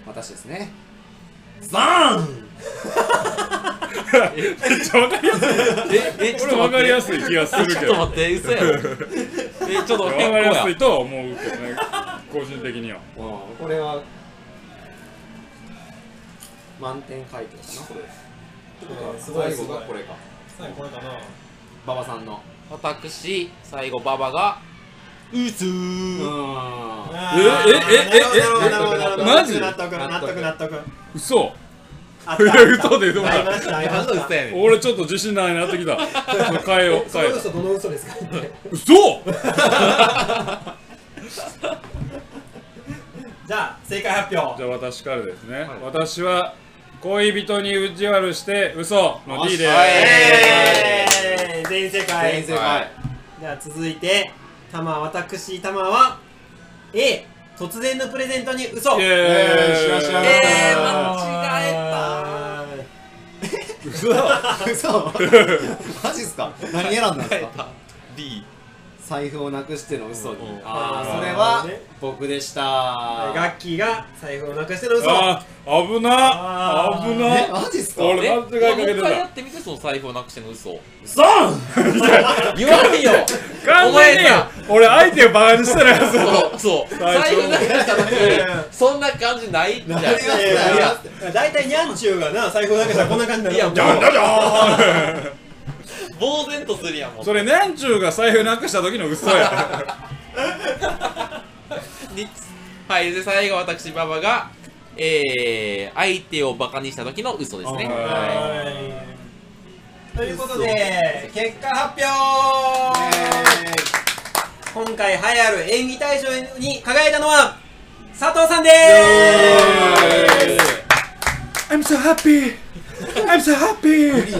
S3: 私ですね
S4: ザーン
S1: めっちゃわかりやすい
S2: え、え、
S1: 俺わかりや
S2: い。
S1: すい気がす
S2: え
S1: る
S2: ちょっ
S1: け
S2: と
S1: ど
S2: 待って、嘘やろ。え、ちょっと
S1: わ
S2: 結構
S1: かりや
S2: や
S1: す。いとは思うけどね個人的には
S3: うんこれは満点回答かなこれ
S4: すごいす
S3: 最
S4: ご
S3: 後
S4: い
S3: がこれか
S4: 最後これかな
S3: 馬場さんの
S2: 私、最後、ババが、嘘
S3: う
S2: ー。
S3: ーん
S1: えええええ
S4: なるほどなるほど
S1: マジ
S4: 納得納得納得納得
S1: 嘘
S4: あっ
S1: い
S4: た
S1: や嘘でどう
S4: あり
S1: だ
S4: ましたありま
S2: 何の
S4: し
S2: 嘘
S4: た
S2: やねん。
S1: 俺ちょっと自信ないなってきた変えよう変えよう
S4: どの嘘ですかって
S1: 嘘
S4: じゃあ正解発表
S1: じゃあ私からですね、
S2: はい
S1: 私は恋人に意地悪して嘘の D で
S2: よっしゃ
S4: えー全員正解
S3: 全員正解、
S2: はい
S4: じゃあ続いて玉私玉は A 突然のプレゼントに嘘
S1: イエーイ
S3: えー知らん知らん
S2: えー
S4: 間違え
S1: 嘘だ
S3: 嘘マジっすか何選んだんですか
S2: D。
S3: 財布をなくしての嘘に
S2: うん
S3: ああ
S4: あー
S3: それ
S4: な
S3: は
S4: るほどね
S3: 僕でした
S4: ガッキーが財布をなくしての嘘
S1: あー危な
S4: あー
S1: 危
S3: え
S1: な
S3: マジっすか
S1: 俺間違いかけ
S2: もう
S1: て
S2: 一回や
S1: た
S2: ってみて、その財布をなくしての嘘。
S1: 嘘
S2: 言わんよ
S1: 完
S2: お前
S1: 全に
S2: さ
S1: 俺相手をバカにしてるやつ
S2: そう、そう。財布なくしたのに、そんな感じないんじゃん。い
S3: ないよ
S4: いやい
S2: や、
S4: や大体ニャンチューがな財布をなくしたらこんな感じになる
S2: い やもう
S1: じゃんじゃじゃーん
S2: 呆然とするやん、もう。
S1: それ年中が財布なくした時の嘘や
S2: ではい、で最後私馬場が、えー、相手をバカにした時の嘘ですね。
S1: あー
S2: は
S4: はいということで結果発表今回栄えある演技大賞に輝いたのは佐藤さんで
S1: イエーイ I'm so
S4: す
S1: happy I'm so happy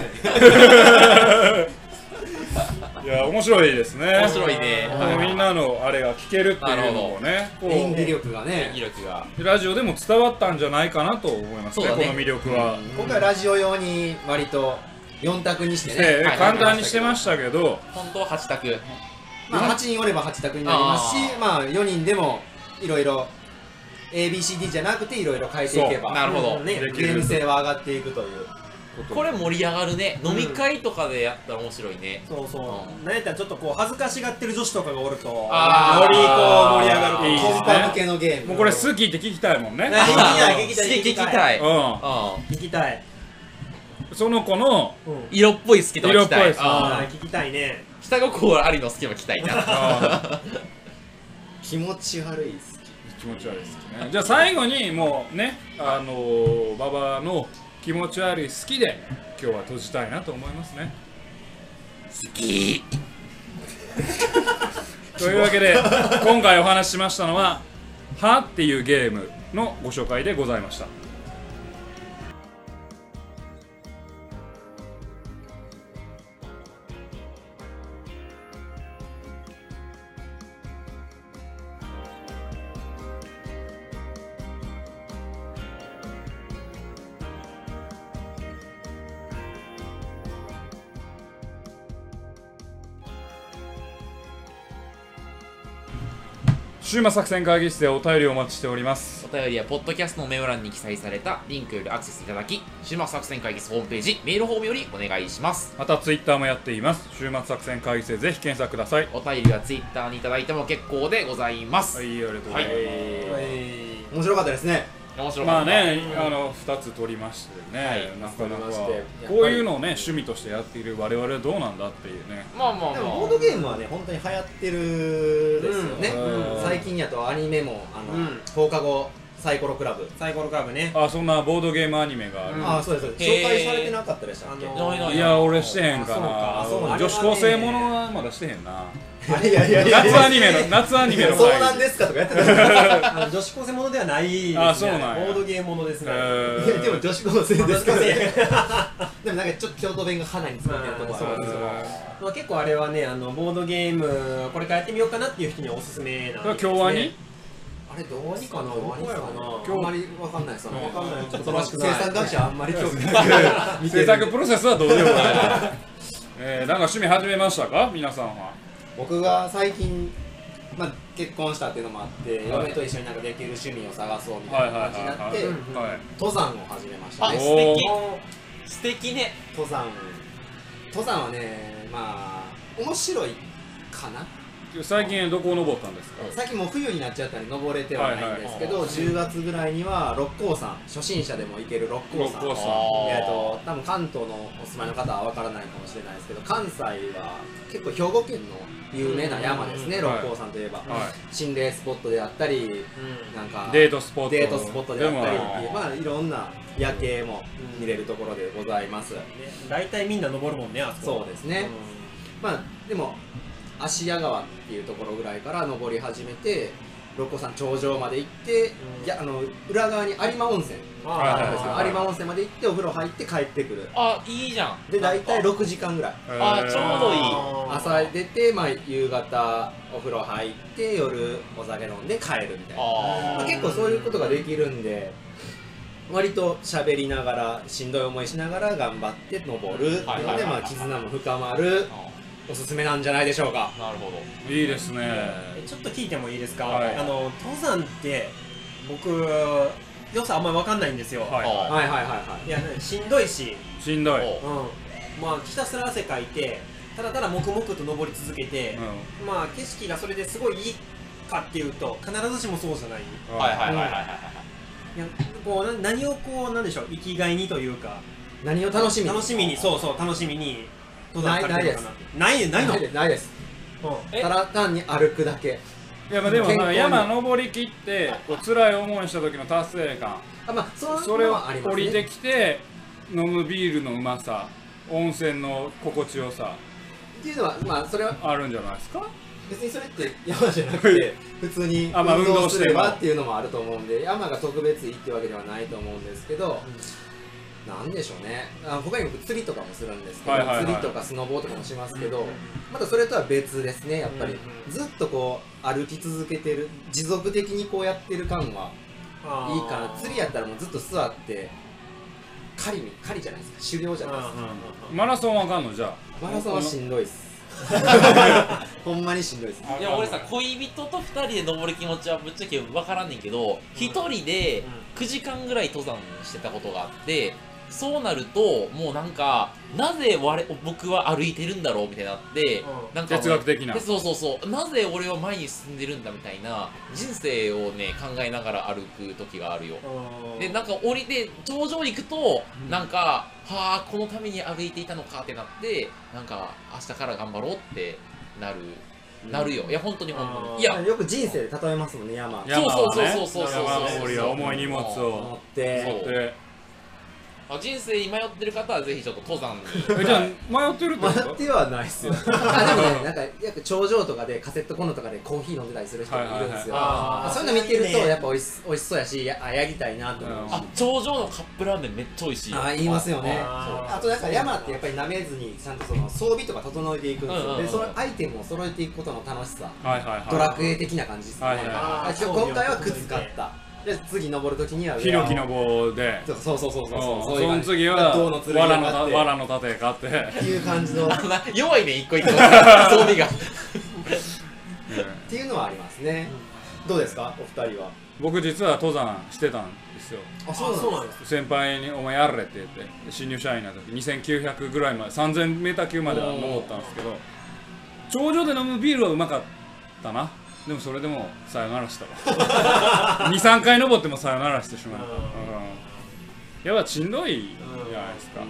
S1: いや面白いですね
S2: い、面白いね。
S1: こ
S2: は
S1: の
S2: い
S1: みんなのあれが聞けるっていうのもねこう
S3: 演技力がね
S2: 演技力が。
S1: ラジオでも伝わったんじゃないかなと思いますね
S2: そうだね
S1: この魅力は、
S3: 今回ラジオ用に割と4択にしてね、
S1: ええ
S2: はい
S1: 簡単にしてましたけど、
S2: 本当は8択。
S3: まあ、8人おれば8択になりますし
S2: あー
S3: まあ4人でもいろいろ ABCD じゃなくていろいろ変えていけ
S1: そ
S2: なる
S3: ば
S2: ほど。
S4: ね
S3: ゲ
S1: でき
S3: ー
S1: る
S3: ム性は上がっていくということ
S2: これ盛り上がるね。
S4: ん
S2: 飲み会とかでやったら面白いね。
S4: そうそうう、なんやったらちょっとこう恥ずかしがってる女子とかがおると、よりこう
S2: あー
S4: 盛り上がると
S1: いい
S4: い
S1: です
S4: い
S1: ね
S3: コンパ向けのゲーム
S1: もうこれ好きって聞きたいもんね、
S4: ね
S2: あー
S4: 聞きた
S2: 聞
S4: い聞
S2: き
S4: きたい
S2: たい。うん。
S1: う
S4: 聞きたい。
S1: んその子の
S4: うん、
S2: 色っぽい好きとか聞きた
S1: 色っぽい
S2: い。
S1: 好き
S4: あ
S2: あ
S4: ー聞きたいね。
S2: ー下心ありの好きも聞きたいな。
S3: 気持ち悪いです
S1: 気持ち悪いですねじゃあ最後にもうねあのー、馬場の気持ち悪い好きで今日は閉じたいなと思いますね
S2: 好き。
S1: というわけ で今回お話ししましたのは「は」っていうゲームのご紹介でございました週末作戦会議室でお便りをお待ちしております
S2: お便りはポッドキャストのメモ欄に記載されたリンクよりアクセスいただき週末作戦会議室ホームページメールフォームよりお願いします
S1: またツイッターもやっています週末作戦会議室でぜひ検索ください
S2: お便りはツイッターにいただいても結構でございます、
S1: はいありがとうございます、
S3: はい面白かったですね
S2: 面白
S1: ま
S2: か
S1: あ
S2: った、
S1: ね、あの2つ取りましてね、
S2: はい
S1: なかな
S3: 取り
S1: か
S3: ましてやっぱり
S1: こういうのをね趣味としてやっている我々はどうなんだっていうね
S2: まあまあま
S3: で
S2: あ
S3: もボードゲームはね本当に流行ってるですよね、
S1: うん
S3: うん最近やとアニメもあの、
S4: うん
S3: 放課後サイコロクラブ、
S4: サイコロカーブね
S1: あそんなボードゲームアニメがある、
S2: うん
S3: ああそうですそうです
S2: へー
S3: 紹介されてなかったでしたっけ、
S4: あ
S2: ないないない
S1: いや俺してへんかな
S3: あそうかあそうか
S1: 女子高生ものはまだしてへんな、
S3: いやいやいや
S1: 夏アニメの夏アニメの
S3: そうなん
S1: 回
S3: ですかとかや ってたけどい
S4: あの女子高生ものではないです、ね、
S1: あそうなんや
S4: ボードゲームものですね、
S3: やでも女子高生ですからね でもなんかちょっと京都弁が花についてるとこあるんですよ
S4: まあ、結構あれはねあのボードゲームこれからやってみようかなっていう人にはおすすめなんです、ね、
S1: 今日はに
S3: あれどうにかなどうにかな
S4: 今
S1: 日
S3: あんまりわかんないですよね
S4: わかんないちょっと
S3: その
S4: 詳しくない
S3: 生産学者あんまり興味なく 見て
S1: 制
S3: る
S1: 作プロセスはどうでもない、えー、なんか趣味始めましたか皆さんは
S3: 僕が最近、まあ、結婚したっていうのもあって、
S1: はい
S3: 嫁と一緒になんかできる趣味を探そうみたいな感じになって、
S1: はいはいはい
S4: うん
S1: はい
S3: 登山を始めました
S2: あ
S3: ね
S2: 素
S1: お
S2: 敵
S4: 素敵ね
S3: 登山登山はねまあ面白いかな
S1: 最近どこを登ったんですか
S3: 最近もう冬になっちゃったんで登れてはないんですけ
S2: はい
S3: ど、
S2: はい
S3: 10月ぐらいには六甲山初心者でも行ける六甲山
S1: 六甲山
S3: えー、と多分関東のお住まいの方は分からないかもしれないですけど関西は結構兵庫県の有名な山ですね、
S1: うんうん
S3: 六甲山といえば、
S1: は
S3: 心霊スポットであったりなんか
S1: デートスポット
S3: デートスポットであったり
S1: でも
S3: っていうまあいろんな夜景も見れるところでございます、
S4: 大体みんな登るもんねあそこ
S3: そうですね、まあでも芦屋川っていうところぐらいから登り始めて六甲山頂上まで行って、
S4: うん
S3: いやあの裏側に有馬温泉
S4: あ
S1: はい
S3: あるんですけど
S1: はいはい
S3: 有馬温泉まで行ってお風呂入って帰ってくる
S2: あいいじゃん
S3: で大体
S2: なんか
S3: 6時間ぐらい
S2: あちょうどいい
S3: 朝出て、まあ、夕方お風呂入って夜お酒飲んで帰るみたいなまあ、
S2: あ
S3: 結構そういうことができるんで割と喋りながらしんどい思いしながら頑張って登るって
S2: はい
S3: いう
S2: はいは
S3: の
S2: い
S3: でまあ絆も深まる
S2: あ
S3: おすすめなんじゃないでしょうか
S2: なるほど
S1: いいですね
S4: えちょっと聞いてもいいですか、
S1: はい
S4: あの登山って僕良さあんまり分かんないんですよ、
S1: はい
S2: あ
S3: はいはいはいはい
S4: いやねしんどいし、
S1: しんどい、
S2: お
S4: うん、まあひたすら汗かいてただただ黙々と登り続けて、まあ景色がそれですごいいいかっていうと必ずしもそうじゃない
S2: はいはいはいはいはい
S4: いやこうな何をこうなんでしょう生きがいにというか
S3: 何を楽しみに
S4: 楽しみにそうそう楽しみに登山されてるのかなないないの
S3: ないですないです
S4: う
S2: え
S3: ただ単に歩くだけ
S1: いやまあでも
S3: 健
S1: ま
S3: 康
S1: あ
S3: に
S1: 山登り切ってこう辛い思いした時の達成感
S3: あまあそういう
S1: それ
S3: の
S1: を
S3: はありま
S1: 降
S3: す
S1: りて
S3: ね
S1: きて飲むビールのうまさ温泉の心地よさ
S3: っていうのはまあそれは
S1: あるんじゃないですか
S3: 別にそれって山じゃなくて普通に
S1: あまあ
S3: 運動す
S1: 運動し
S3: れ
S1: て
S3: ば
S1: も
S3: っていうのもあると思うんで山が特別いいってわけではないと思うんですけど、なんでしょうねあ他にも釣りとかもするんですけど、
S1: はいはいはい
S3: 釣りとかスノボーとかもしますけど、
S4: うん
S3: またそれとは別ですねやっぱり、
S4: うんうん
S3: ずっとこう歩き続けてる持続的にこうやってる感は
S4: あー
S3: いいかな釣りやったらもうずっと座って狩りに狩りじゃないですか修行じゃ
S4: うん
S3: な
S4: う
S3: いで
S4: ん
S3: すか
S4: うん
S1: マラソンわかんのじゃ
S3: マラソンはしんどいっ すほんまにしんどいっす
S1: あ
S2: いや俺さ恋人と2人で登る気持ちはぶっちゃけ分からんねんけど1人で9時間ぐらい登山してたことがあってそうなるともうなんかなぜ我僕は歩いてるんだろうみたいになって
S4: うん
S2: なんかもう
S1: 哲学的な
S2: でそうそうそうなぜ俺は前に進んでるんだみたいな人生をね考えながら歩く時があるよ
S4: うん
S2: でなんか降りて頂上行くと
S4: うん
S2: なんかはあこのために歩いていたのかってなってなんか明日から頑張ろうってなるなるよいや本当に本当
S4: あー
S2: にいや
S3: よく人生で例えますもんね山
S1: 山はね
S2: そうそうそうそうそう
S1: 山登りは重い荷物
S3: 乗
S1: を
S3: って
S1: 持って
S2: あ人生に迷ってる方はぜひちょっと登 山に
S1: えじゃあ迷ってるって
S3: ま
S1: こ
S3: あ
S1: と
S3: ってはないっすよあでもねなんかやっぱ頂上とかでカセットコンロとかでコーヒー飲んでたりする人もいるんですよ、
S2: はいはいはいあー
S3: あそういうの見てるとやっ
S4: ぱ
S3: ぱおいし美味しそうやしやあやりたいなと思うし、
S2: あ頂上のカップラーメンめっちゃ美味しいよ
S3: あー言いますよね
S4: あー
S3: あとなんか山ってやっぱり舐めずにちゃんとその装備とか整えていくんです
S2: うん
S3: よ、
S2: うんうん
S3: でそのアイテムを揃えていくことの楽しさ
S1: はいはいはい
S3: ドラクエ的な感じですね、
S1: はいはいはい
S3: あ今日今回は靴買ったで次登る時には
S1: ヒノキの棒で
S3: そうそうそうそうそう
S1: そう
S3: い
S1: その
S3: 感じ
S1: 次は
S3: 銅の剣
S1: わ
S3: に
S1: ら
S3: な
S1: のた
S3: って
S1: わらの盾買って、 ね
S3: っていう感じのっ
S2: あな弱 いね一個一個装備が
S3: ていうのはありますね、どうですかお二人は
S1: 僕実は登山してたんですよ
S3: あ
S4: なんです
S1: 先輩に「お前やれ」って言って新入社員の時2900ぐらいまで 3000m 級までは登ったんですけど頂上で飲むビールはうまかったなでもそれでもうさよならした わ23回登ってもさよならしてしまう、うん
S4: うん
S1: やっぱしんどいじゃないですか、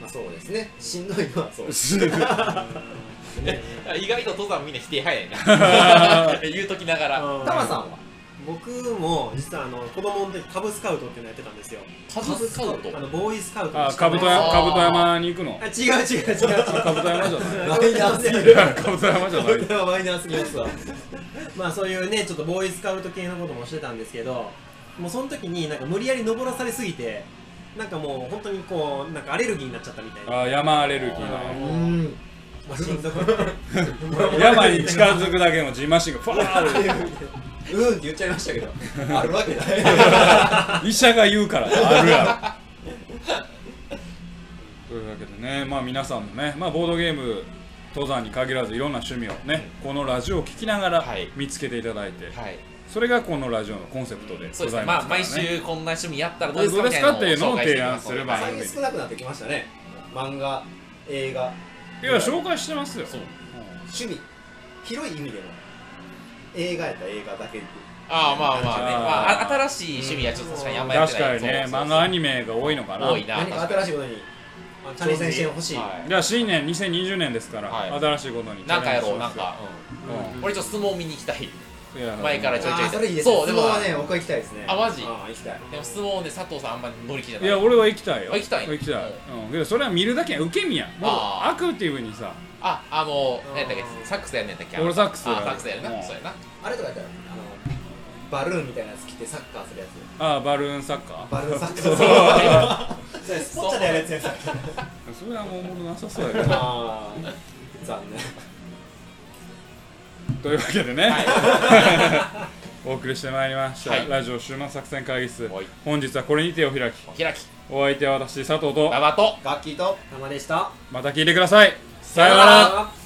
S3: まあ、そうですねしんどいのはそうです
S1: うん
S2: 意外と登山みんな否定早いな 言うときながら
S4: うん
S3: タマさんは
S4: 僕も実はあの子供の時カブスカウトっていうのやってたんですよ
S2: カズスカウト
S4: あのボーイスカウト
S1: あ
S4: の下
S1: か
S4: の
S1: ぶと やかぶと山に行くの
S4: あ違う違う違う違う
S1: かぶと山じゃ ない
S3: マイナーすぎる
S1: かぶと山じゃない
S3: これはマイナーすぎますわ
S4: まあそういうねちょっとボーイスカウト系のこともしてたんですけどもうその時になんか無理やり登らされすぎてなんかもう本当にこうなんかアレルギーになっちゃったみたいな
S1: あ山アレルギーな
S3: う
S1: の
S3: ん
S4: まあ心臓
S1: 山に近づくだけのジンマシンがファーッ
S3: うんって言っちゃいましたけどあるわけない
S1: 医者が言うからあるやろ というわけでねまあ皆さんもね、まあ、ボードゲーム登山に限らずいろんな趣味をねこのラジオを聞きながら
S2: はい
S1: 見つけていただいて、
S2: はい
S1: それがこのラジオのコンセプトで
S2: そ
S1: ご
S2: うです
S1: ざ
S2: ね
S1: い
S2: ま
S1: ま
S2: あ
S1: すから、
S2: 毎
S1: ね、
S2: 週こんな趣味やったらどうですか
S1: どう
S2: み
S1: で
S2: た
S1: す
S2: い
S1: か
S2: な
S1: っていうの
S2: の
S1: を
S2: を紹介していきま
S1: 提案すれば
S2: はい
S3: 最近少なくなってきましたね漫画映画
S1: いや紹介してますよ
S2: そう
S3: 趣味広い意味でも映画やったら映画だけで
S2: ああまあまあね
S1: あー
S2: まあ新しい趣味はちょっと確かにあんまやって
S1: 確
S2: な
S1: か
S2: い
S1: にね
S2: そうそうそう
S1: 漫画アニメが多いのかな
S2: 多いな
S3: 何か
S2: 確かに
S3: 新しいことに
S4: まあチャレ
S3: 挑
S4: ンジ
S3: 戦してほしい、
S2: はい
S1: じゃあ新年2020年ですから、
S2: はい
S1: 新しいことに
S2: なんかやろう
S1: チ
S2: なん
S1: ャ
S2: かうん俺ちょっと相撲見に行きたい
S1: レンジしますよいや
S2: 前からちょい
S3: あーそれいいですね
S2: そうでも
S3: 相撲はね僕は行きたいですね
S2: あマジ
S3: あー行きたい
S2: でも相撲ね佐藤さんあんまり乗り気じゃ
S1: い
S2: ない
S1: や俺は行きたいよ
S2: あ行きたい
S1: 行きたい、うん、けどそれは見るだけや受け身やもう
S2: あー
S1: アクティブにさ
S2: ああの
S4: うん
S2: 何やったっけサックスやんねんだっけ
S1: 俺サックス
S2: あサックスやるな
S1: うん
S2: そうやな
S3: あれとかやったらあのバルーンみたいなやつ着てサッカーするやつ
S1: ああバルーンサッカー
S3: バルーンサ ッカーそれスポッチャでやるやつやさ
S1: それはもうお もろなさそうやけど
S3: あー残念
S1: というわけでね、
S2: は
S1: お送りしてまいりました、
S2: はい
S1: ラジオ終末作戦会議 室
S2: はい
S1: 本日はこれに手を開き
S2: お開き
S1: お相手は私佐藤と
S2: ババと
S3: 楽器と
S4: 玉でした
S1: また聞いてくださいさようなら
S4: あ